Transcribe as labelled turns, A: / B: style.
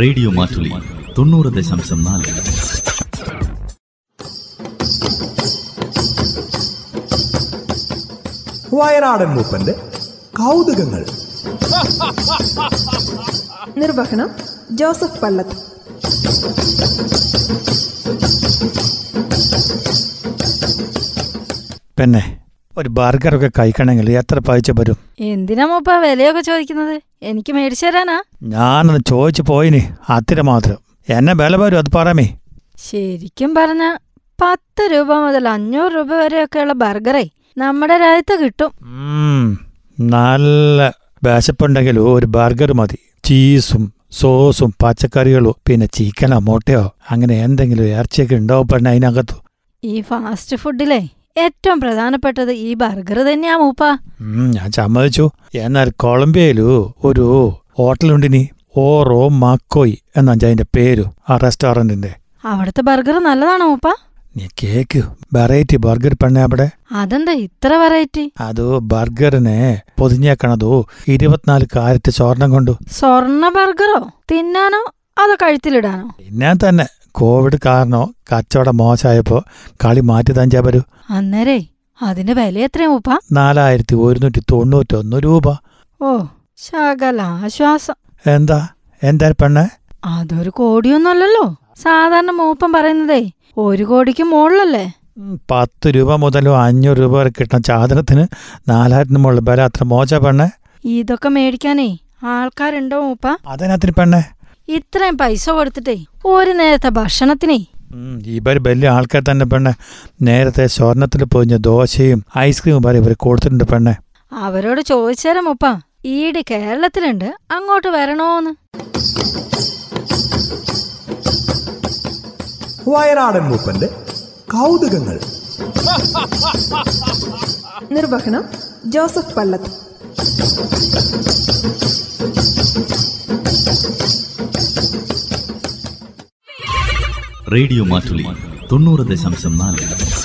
A: radio Mattoli തൊണ്ണൂറ് ദശാംശം നാല്
B: വയനാടൻ മൂപ്പന്റെ കൗതുകങ്ങൾ
C: നിർവഹണം ജോസഫ് പള്ളത്ത്
D: പിന്നെ ഒരു ബർഗറൊക്കെ കഴിക്കണമെങ്കിൽ എത്ര പൈസ വരും
E: എന്തിനാ മൂപ്പ വിലയൊക്കെ ചോദിക്കുന്നത് എനിക്ക് മേടിച്ചു തരാനാ
D: ഞാനൊന്ന് ചോദിച്ചു പോയിനി അത്തിരി മാത്രം എന്നെ വില വരും അത് പറമേ
E: ശരിക്കും പറഞ്ഞ പത്ത് രൂപ മുതൽ അഞ്ഞൂറ് രൂപ വരെയൊക്കെയുള്ള ബർഗറേ നമ്മുടെ രാജ്യത്ത് കിട്ടും
D: ഉം, നല്ല വിശപ്പുണ്ടെങ്കിൽ ഒരു ബർഗർ മതി ചീസും സോസും പച്ചക്കറികളും പിന്നെ ചിക്കനോ മുട്ടയോ അങ്ങനെ എന്തെങ്കിലും ഇറച്ചിയൊക്കെ ഉണ്ടാവും പെണ്ണ അതിനകത്ത്
E: ഈ ഫാസ്റ്റ് ഫുഡിലെ ഏറ്റവും പ്രധാനപ്പെട്ടത് ഈ ബർഗർ തന്നെയാ മൂപ്പ
D: ഉം, ഞാൻ സമ്മതിച്ചു എന്നാൽ കൊളംബിയയിലു ഒരു ഹോട്ടലുണ്ടിനി ഓറോ മക്കോയ് എന്നാ അതിന്റെ പേര് ആ റെസ്റ്റോറന്റിന്റെ
E: അവിടുത്തെ ബർഗർ നല്ലതാണോ മൂപ്പ
D: നീ കേക്ക് വെറൈറ്റി ബർഗർ പെണ്ണ അവിടെ
E: അതെന്താ ഇത്ര വെറൈറ്റി
D: അത് ബർഗറിനെ പൊതിഞ്ഞേക്കണതു ഇരുപത്തിനാല് കാരറ്റ് സ്വർണം കൊണ്ടു
E: സ്വർണ്ണ ബർഗറോ തിന്നാനോ അതോ കഴുത്തിലിടാനോ
D: പിന്നെ തന്നെ കോവിഡ് കാരണോ കച്ചവടം മോശമായപ്പോ കളി മാറ്റി തഞ്ചാ വരൂ
E: അന്നേരേ അതിന്റെ വില എത്രയാ മൂപ്പ
D: നാലായിരത്തി ഒരുന്നൂറ്റി തൊണ്ണൂറ്റൊന്ന് രൂപ
E: ഓ ശകല ആശ്വാസം
D: എന്താ എന്താ പെണ്ണ്
E: അതൊരു കോടിയൊന്നുമല്ലല്ലോ സാധാരണ മൂപ്പം പറയുന്നതേ ഒരു കോടിക്ക് മുകളിലല്ലേ
D: ഉം, പത്ത് രൂപ മുതലോ അഞ്ഞൂറ് രൂപ വരെ കിട്ടുന്ന സാധനത്തിന് നാലായിരത്തിന് മുകളിൽ വില അത്ര മോശ പെണ്ണ്
E: ഇതൊക്കെ മേടിക്കാനേ ആൾക്കാരുണ്ടോ മൂപ്പ
D: അതിനകത്തിന് പെണ്ണ്
E: ഇത്രയും പൈസ കൊടുത്തിട്ടേ ഒരു നേരത്തെ ഭക്ഷണത്തിനേ
D: ഉം, ഇവര് വലിയ ആൾക്കാർ തന്നെ പെണ്ണ് നേരത്തെ സ്വർണത്തിൽ പൊതിഞ്ഞ ദോശയും ഐസ്ക്രീമും വരെ ഇവർ കൊടുത്തിട്ടുണ്ട് പെണ്ണ്
E: അവരോട് ചോദിച്ചേരം മൂപ്പ ഈട് കേരളത്തിലുണ്ട് അങ്ങോട്ട് വരണോന്ന്
B: വയനാടൻ മൂപ്പന്റെ കൗതുകങ്ങൾ
C: നിർവഹണം ജോസഫ് പള്ളത്ത്
A: റേഡിയോ മാറ്റുലി തൊണ്ണൂറ് ദശാംശം നാല്